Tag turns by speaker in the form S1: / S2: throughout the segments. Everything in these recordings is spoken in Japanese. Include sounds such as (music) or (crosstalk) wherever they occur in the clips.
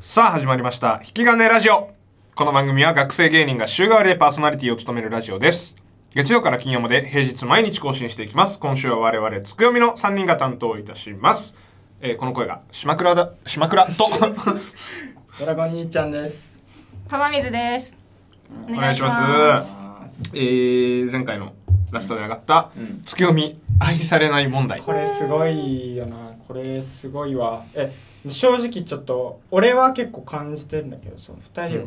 S1: さあ始まりました「引き金ラジオ」この番組は学生芸人が週替わりでパーソナリティを務めるラジオです月曜から金曜まで平日毎日更新していきます今週は我々つくよみの3人が担当いたします、えーこの声が島倉だ島倉と
S2: ドラゴン兄ちゃんです。
S3: 玉水です。お
S1: お願いしますえー前回のラストで上がった
S2: うん
S1: つくよみ愛されない問題
S2: これすごいよな。これすごいわ。え、正直ちょっと俺は結構感じてんだけど、その二人を。
S1: い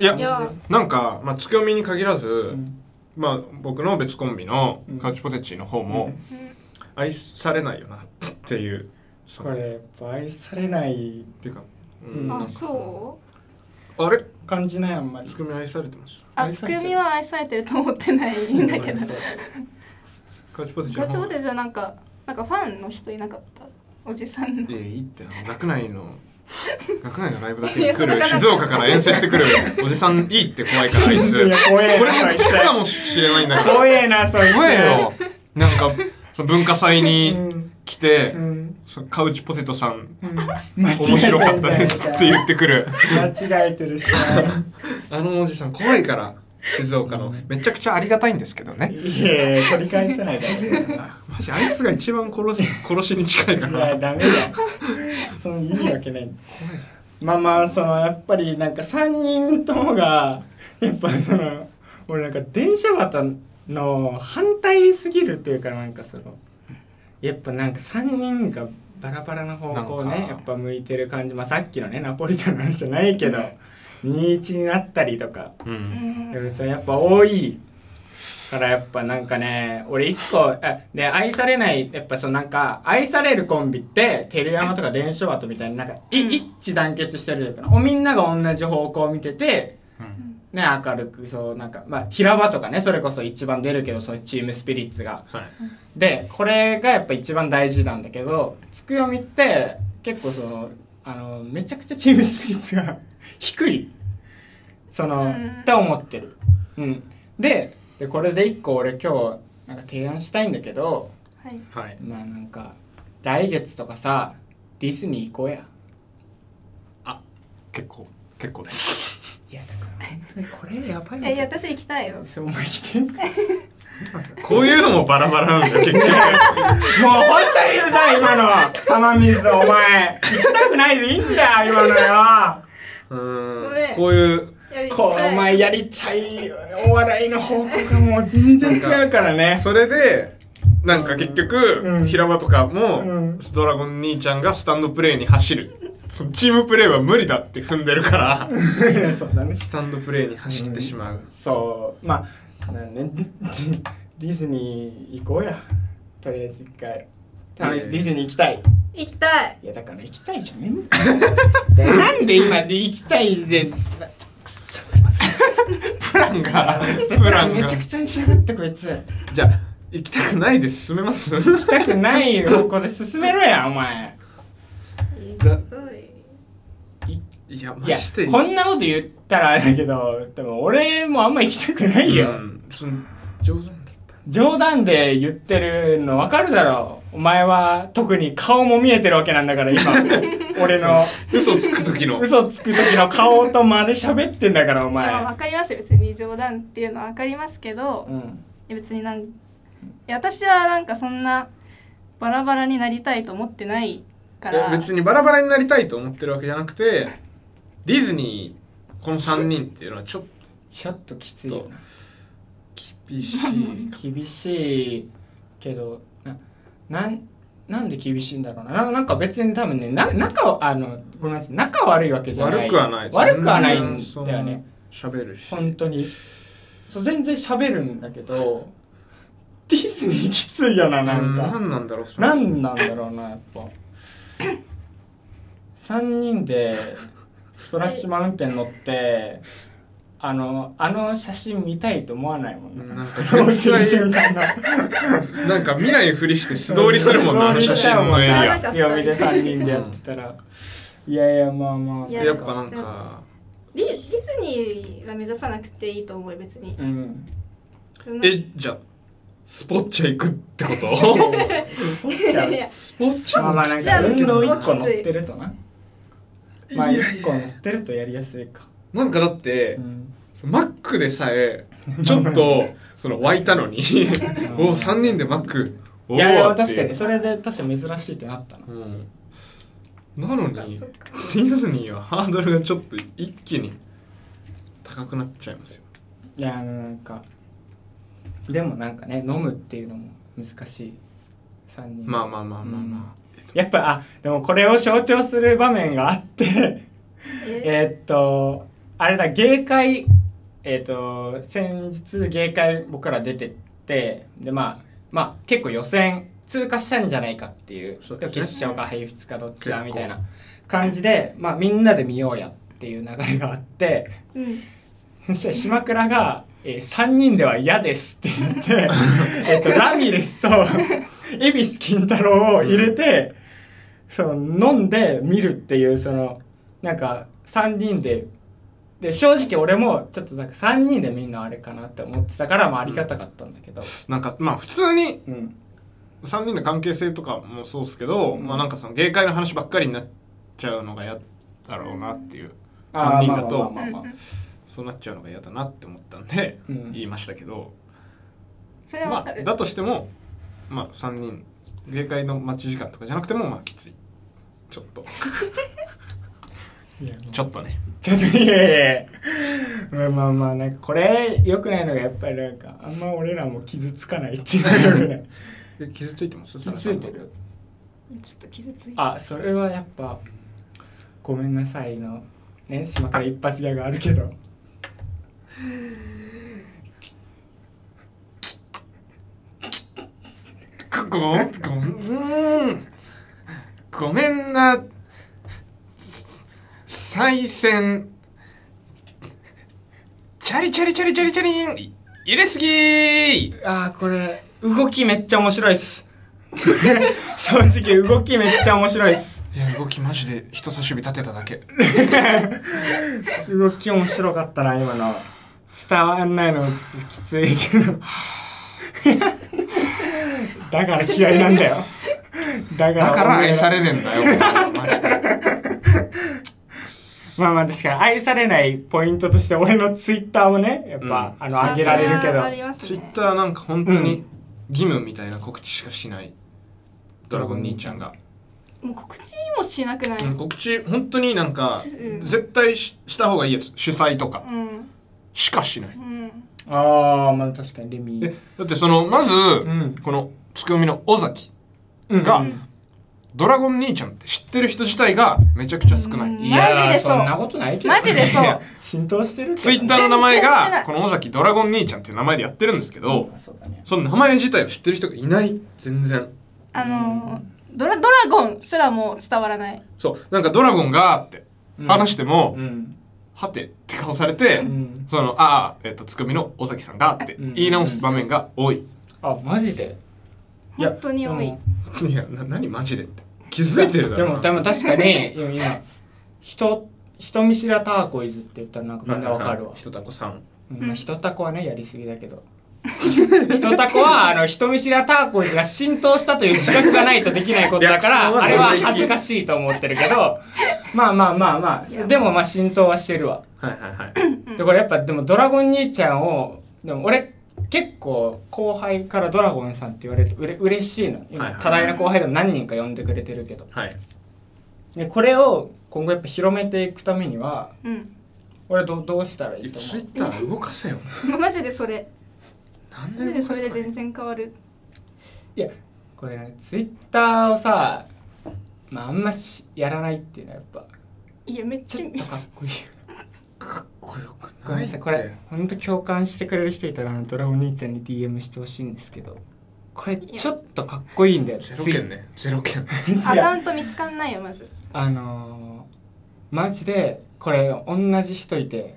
S3: いや
S1: やなんか、まあ、つくよみに限らず、
S2: うん
S1: まあ、僕の別コンビの
S2: うん
S1: カウチポテチの方も、愛されないよなっていうそ
S2: こ
S1: のっ
S2: れやっぱ愛されない
S1: ていうか、う
S2: うん
S1: なん
S3: あ、
S1: かさ
S3: そう。
S1: あれ
S2: 感じないあんまり
S1: つ。くみ愛されてます
S3: あ、
S2: 愛
S3: つ
S2: されてる
S3: くみは愛されてると思ってないんだけど。
S2: そう
S1: カウチポテチ
S3: ガチ
S1: 方
S3: ボテじゃなんか、なんかファンの人いなかった。おじさんの
S1: い。やいいってな学内の学内のライブだけ
S3: い
S1: に
S3: や
S1: 来
S3: そんな
S1: る
S3: ことない
S1: 静岡から遠征してくるおじさんいいって怖いからあいつ
S2: いや怖えな
S1: これも聞くかもしれないんだから
S2: 怖えな、そういう。
S1: 怖えよなんかその文化祭に来て、
S2: うん。
S1: そのカウチポテトさん
S2: うん。
S1: 面白かったですって言
S2: う。
S1: ってくる
S2: 間違えてるしな。
S1: あのおじさん怖いから静岡のめちゃくちゃありがたいんですけどね
S2: いやいや、取り返せないだけだよな。
S1: マジあいつが一番殺し殺しに近い
S2: (laughs)
S1: か
S2: い
S1: ら
S2: やダメだその意味わけないまあまあそのやっぱりなんか3人ともがやっぱその俺なんか電車旗の反対すぎるというかなんかそのやっぱなんか3人がバラバラな方向
S1: なん
S2: ね
S1: か
S2: やっぱ向いてる感じまあさっきのねナポリタンの話じゃないけど21になったりとか
S1: う
S3: うんん。
S2: 別にやっぱ多いからやっぱなんかね俺一個あで愛されないやっぱそのなんか愛されるコンビって照山とか電書跡みたいになんかい
S3: うん
S2: 一致団結してるというかなおみんなが同じ方向を見てて
S1: うん
S2: ね明るくそうなんかまあ平場とかねそれこそ一番出るけどそういうチームスピリッツが
S1: はい
S2: でこれがやっぱ一番大事なんだけどつくよみって結構そのあのめちゃくちゃチームスピリッツが (laughs) 低いその、
S3: うん
S2: って思ってる、うん、ででこれで一個俺今日なんか提案したいんだけど
S3: はい。
S1: はい
S2: まあなんか来月とかさディズニー行こうや
S1: 結構結構です
S2: いやだから本当にこれやばいよ
S3: え、いや私行きたいよ。
S2: そう思い来てもう本
S1: (laughs) こういうのもバラバラ (laughs) なんだ結局
S2: 当にうざい今の玉水お前行きたくないでいいんだよ今のよ
S1: う
S3: ご
S1: ー
S3: め
S1: ん
S3: ん
S1: こういう
S3: いや行き
S2: こ
S3: た
S2: う
S3: い
S2: お前やりたいお笑いの方向がもう全然違うからね
S1: それでなんか結
S2: う
S1: 局
S2: ん
S1: 平場とか
S2: う
S1: も
S2: ん
S1: ドラゴン兄ちゃんがスタンドプレーに走るそのチームプレーは無理だって踏んでるから
S2: そうだね
S1: スタンドプレーに走ってしまう
S2: そうまあなんねディディズニー行こうやとりあえず一回とりあえずディズニー行きたい
S3: 行きたい。
S2: いやだから行きたいじゃねえんだよなんで今で行きたいで
S1: プランがプラン
S2: め
S1: が
S2: ちゃくちゃにしやがってこいつ行
S1: じゃあ行きたくないで進めます
S2: きたくない方向で進めろやお前
S1: だいや
S2: い
S1: ま
S2: や
S1: して
S2: こんなこと言ったらあれだけどでも俺もあんま行きたくないよ、
S1: うんその冗談だった
S2: 冗談で言ってるの分かるだろうお前は特に顔も見えてるわけなんだから (laughs) 今俺の
S1: 嘘つく時の
S2: 嘘つく時の顔とまで喋ってんだからお
S3: まあ
S2: 前
S3: わかりますよ別に冗談っていうのはわかりますけど
S2: う、ん
S3: いや別になんいや私はなんかそんなバラバラになりたいと思ってないから。
S1: え別にバラバラになりたいと思ってるわけじゃなくてディズニーこの3人っていうのはちょっと
S2: ちょっときついよな
S1: 厳しい
S2: 厳しいけどななんなんで厳しいんだろうなななんか別に多分ねな仲はあのごめんなさい仲悪いわけじゃない
S1: 悪くはない
S2: 悪くはないん
S1: 全
S2: だよ
S1: 然
S2: ね
S1: その喋るし
S2: 本当にそう全然喋るんだけどディズニーきついよななんか、
S1: 何なんだろうそれ
S2: なんなんだろうなやっぱ3人でスプラッシュマウンテン乗ってあのあの写真見たいと思わないもん
S1: なん
S2: (laughs)
S1: か
S2: 気持ちいい
S1: 絶
S2: 瞬間だ
S1: なんか見ないふりして素通りするもん
S2: (laughs)
S1: なあの写真のエリ
S3: 素通りしちゃうも
S1: ア
S2: 強
S3: んな
S2: みで3人でやってたら、いやいやまあまあ
S3: いや
S1: やっぱなんか
S3: ディディズニーは目指さなくていいと思う別に
S2: う。ん
S1: えじゃあスポッチャ行くってこと
S2: いや
S3: いや
S1: スポッチ
S2: まあまあ
S1: ャ
S2: なんか運動1個乗ってるとな (laughs) まあ
S1: いやいや
S2: 1個乗ってるとやりやすいか、
S1: なんかだって、
S2: うん
S1: そのマックでさえちょっとその湧いたの
S2: (laughs)
S1: におお3人でマックお
S2: いやいや
S1: ーって
S2: 確
S1: う
S2: かにそれで確かに珍しいってなったな
S1: うんなのにデ
S4: そっか
S1: ィズニーはハードルがちょっと一気に高くなっちゃいますよ
S2: いやあのなんかでもなんかね飲むっていうのも難しい3人
S1: まあまあまあまあま
S2: やっぱあでもこれを象徴する場面があって (laughs)
S4: え
S2: えーっとあれだ芸会えーっと先日芸会僕ら出てってでまあまあ結構予選通過したんじゃないかっていう
S1: そうですね
S2: 決勝か平日かどっちだ
S1: 結構
S2: みたいな感じで、まあ、みんなで見ようやっていう流れがあって
S3: うん
S2: そして島倉が、えー3人では嫌です」って言 (laughs) ってえっとラミレスと恵比寿金太郎を入れて、その飲んで見るっていうそのなんか3人で。で正直俺もちょっとなんか3人でみんなあれかなって思ってたからまあありがたかったんだけど、
S1: あなんかまあ普通に
S2: うん、
S1: 3人の関係性とかもそうですけど、
S2: うん
S1: まあなんかその芸会の話ばっかりになっちゃうのが嫌だろうなっていう3
S2: あー
S1: 人だと
S2: まあまあまあまあ
S1: そうなっちゃうのが嫌だなって思ったんで、
S2: うん
S1: 言いましたけど、
S3: それはわ
S1: ま
S3: か
S1: あ
S3: る、
S1: だとしてもまあ3人芸会の待ち時間とかじゃなくてもまあきついちょっと
S2: いや
S1: ちょっとね
S2: ちょっといやいやいやまあまあまあなんかこれ良くないのがやっぱりなんかあんま俺らも傷つかないっていうのが良くない
S1: え傷ついてます
S2: 傷ついてる
S4: ちょっと傷ついた
S2: あそれはやっぱごめんなさいのね島から一発ギャグあるけど
S1: ごごごんごめんな再選チャリチャリチャリチャリチャリンい入れすぎー
S2: あーこれ動きめっちゃ面白いっす (laughs) 正直動きめっちゃ面白いっす
S1: いや動きマジで人差し指立てただけ
S2: 動き面白かったな今の伝わんないのきついけど (laughs) だから嫌いなんだよだから
S1: だから愛され
S2: い
S1: ねえんだ (laughs) よマジで
S2: まあまあ確かに愛されないポイントとして俺のツイッターをねやっぱ、
S1: うん
S2: あの上げられるけ
S3: そは
S2: ど
S3: あります
S1: ツイッ
S3: ね
S1: ターなんか本当
S2: う
S1: に
S2: ん
S1: 義務みたいな告知しかしないドラゴン兄ちゃんが、
S3: もう告知もしなくない、
S1: うん告知本当になんか
S3: うん
S1: 絶対しした方がいいやつ主催とか
S3: うん
S1: しかしない
S3: うん
S2: ああまあ確かにレミ
S1: えだってそのまず、
S2: ん
S1: このツクみの尾崎が、
S2: が
S1: ドラゴン兄ちゃんって知ってる人自体がめちゃくちゃ少ない、
S3: うん
S2: いや
S3: マジでそう
S2: そんなことないけど
S3: マジでそ
S2: い
S3: う
S2: や (laughs) 浸透してるけど
S1: ツイッターの名前
S3: 全然知らな
S1: が
S3: い
S1: この尾崎ドラゴン兄ちゃんっていう名前でやってるんですけど、
S2: そうだね
S1: その名前自体を知ってる人がいない全然
S3: あのードラドラゴンすらも伝わらない
S1: そうなんかドラゴンがーって話しても、
S2: うん
S1: はてって顔されて、
S2: うん
S1: そのああ、えっとツクみの尾崎さんがーって
S2: うん
S1: 言い直す場面が多い、
S2: あマジでいや
S3: 本当に多い
S1: いやな何マジでって気づいてるだ
S2: で
S1: ろ
S2: もでも確かに今今人人見知らターコイズって言ったらなんかみんなわかるわ
S1: ひとたこさん
S2: うんまあ人タコはねやりすぎだけど人タコはあの人見知らターコイズが浸透したという自覚がないとできないことだか
S1: いやそう
S2: ら
S1: は
S2: あ
S1: ない
S2: れは恥ずかしいと思ってるけどまあまあまあまあでもまあ浸透はしてるわ
S1: はいはいはい (clears throat)
S2: でこれやっぱでもドラゴン兄ちゃんをでも俺結構後輩からドラゴンさんって言われてうれ嬉しいの今
S1: はいはい
S2: 多大な後輩でも何人か呼んでくれてるけど
S1: はい
S2: でこれを今後やっぱ広めていくためには
S3: うん (laughs)
S2: 俺どどうしたらいいと
S1: ツイ
S2: 思
S1: ッ
S2: う
S1: ター動かせよ
S3: マジでそれ
S1: なん
S3: マジでそれで全然変わる
S2: いやこれ、ね、ツイッターをさ、まあ、あんましやらないっていうのはやっぱ
S3: いやめっ
S2: ち
S3: ち
S2: ょっと
S3: ゃ
S2: かっ (laughs) こいい
S1: かっこよく
S2: ごめ (laughs) んなさいこれほんと共感してくれる人いたらあのドラゴン兄ちゃんに DM してほしいんですけどこれちょっとかっこいいんだよ
S1: ゼロ件ねゼロ
S2: (laughs)
S1: 件
S2: ツイ
S3: アカウント見つかんないよまず
S2: あのー、マジでこれ同じ人いて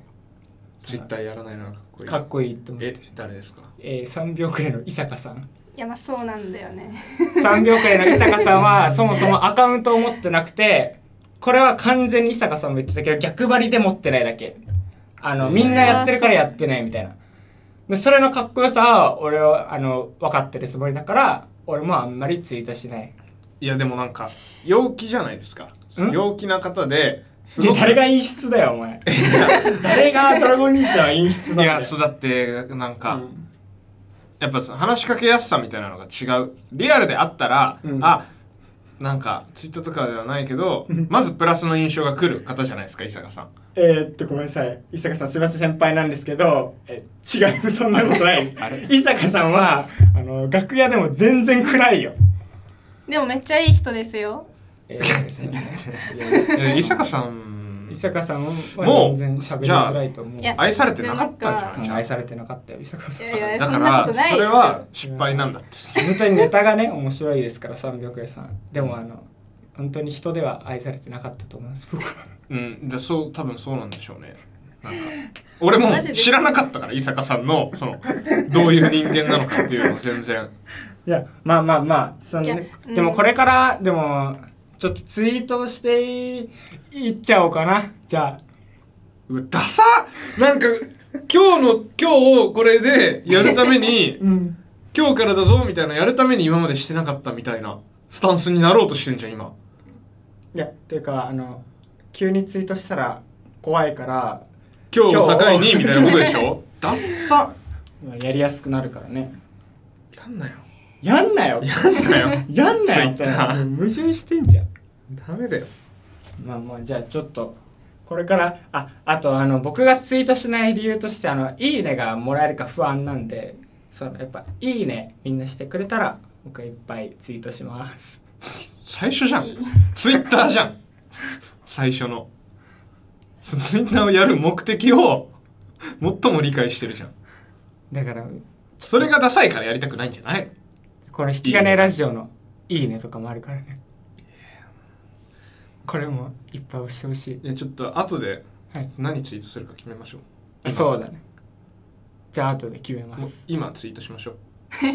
S1: ツイッターやらないのはかっこいい
S2: かっこいいと思って
S1: え誰ですか
S2: えー、3秒くらいの伊坂さん
S3: いやまあそうなんだよね
S2: 3秒くらいの伊坂さんはそもそもアカウントを持ってなくてこれは完全に伊坂さんも言ってたけど逆張りで持ってないだけあのみんなやってるからやってないみたいなでそれのかっこよさは俺はあの分かってるつもりだから俺もあんまりツイートしない
S1: いやでもなんか陽気じゃないですか
S2: ん
S1: 陽気な方です
S2: で
S1: ごく
S2: 誰が陰湿だよお前 (laughs) 誰がドラゴン兄ちゃんは陰湿なん
S1: い
S2: だよ
S1: やそうだってなんか、
S2: うん
S1: やっぱその話しかけやすさみたいなのが違うリアルであったら、
S2: うん
S1: あなんかツイッターとかではないけど
S2: うん
S1: まずプラスの印象が来る方じゃないですか伊坂
S2: (laughs)
S1: さん
S2: えー、っとごめんなさい伊坂さんすいません先輩なんですけどえ違うそんなことない (laughs) です
S1: あれ
S2: 伊坂さんはあの楽屋でも全然暗いよ
S3: でもめっちゃいい人ですよ
S2: え
S1: え伊坂さん
S2: 伊坂さんは
S1: もう
S2: 全然喋りづらいと思う
S3: いや
S1: 愛されてなかったんじゃな
S3: で
S2: う
S1: い
S2: ん
S1: じゃあ
S2: 愛されてなかったよ伊坂さん
S3: いやいや
S1: だか
S3: そんなこと
S1: ら
S3: ない
S1: そ
S3: です
S1: れ
S3: よ
S1: は失敗なんだって
S2: 本当にネタがね面白いですから300円さんでもあの本当に人では愛されてなかったと思います僕は
S1: うんでそう多分そうなんでしょうねなんか俺も
S3: マジで
S1: 知らなかったから伊坂さんのそのどういう人間なのかっていうのを全然
S2: いやまあまあまあその、
S3: いや
S2: ね
S3: うん
S2: でもこれからでもちょっとツイートしていいっちゃおうかなじゃあ
S1: うわダサなんか今日の今日をこれでやるため
S2: (laughs)
S1: に
S2: うん
S1: 今日からだぞみたいなやるために今までしてなかったみたいなスタンスになろうとしてんじゃん今
S2: いやというかあの急にツイートしたら怖いから
S1: 今日を境
S2: 今
S1: に
S2: 日
S1: みたいなことでしょダッサ
S2: やりやすくなるからね
S1: やんなよ
S2: やんなよ
S1: やんなよ
S2: やんなよって
S1: Twitter
S2: 矛盾してんじゃん
S1: ダメだよ
S2: まあまあじゃあちょっとこれからああとあの僕がツイートしない理由としてあの「いいね」がもらえるか不安なんでそのやっぱ「いいね」みんなしてくれたら僕いっぱいツイートします
S1: 最初じゃんツイッターじゃん最初のそのツイッターをやる目的を最も理解してるじゃん
S2: だから
S1: それがダサいからやりたくないんじゃない
S2: この引き金ラジオの「いいね」とかもあるからねこれもいっぱい押してほし
S1: い
S2: い
S1: やちょっと後で
S2: はい
S1: 何ツイートするか決めましょう
S2: そうだねじゃあ後で決めま
S1: もう
S2: す
S1: 今ツイートしましょう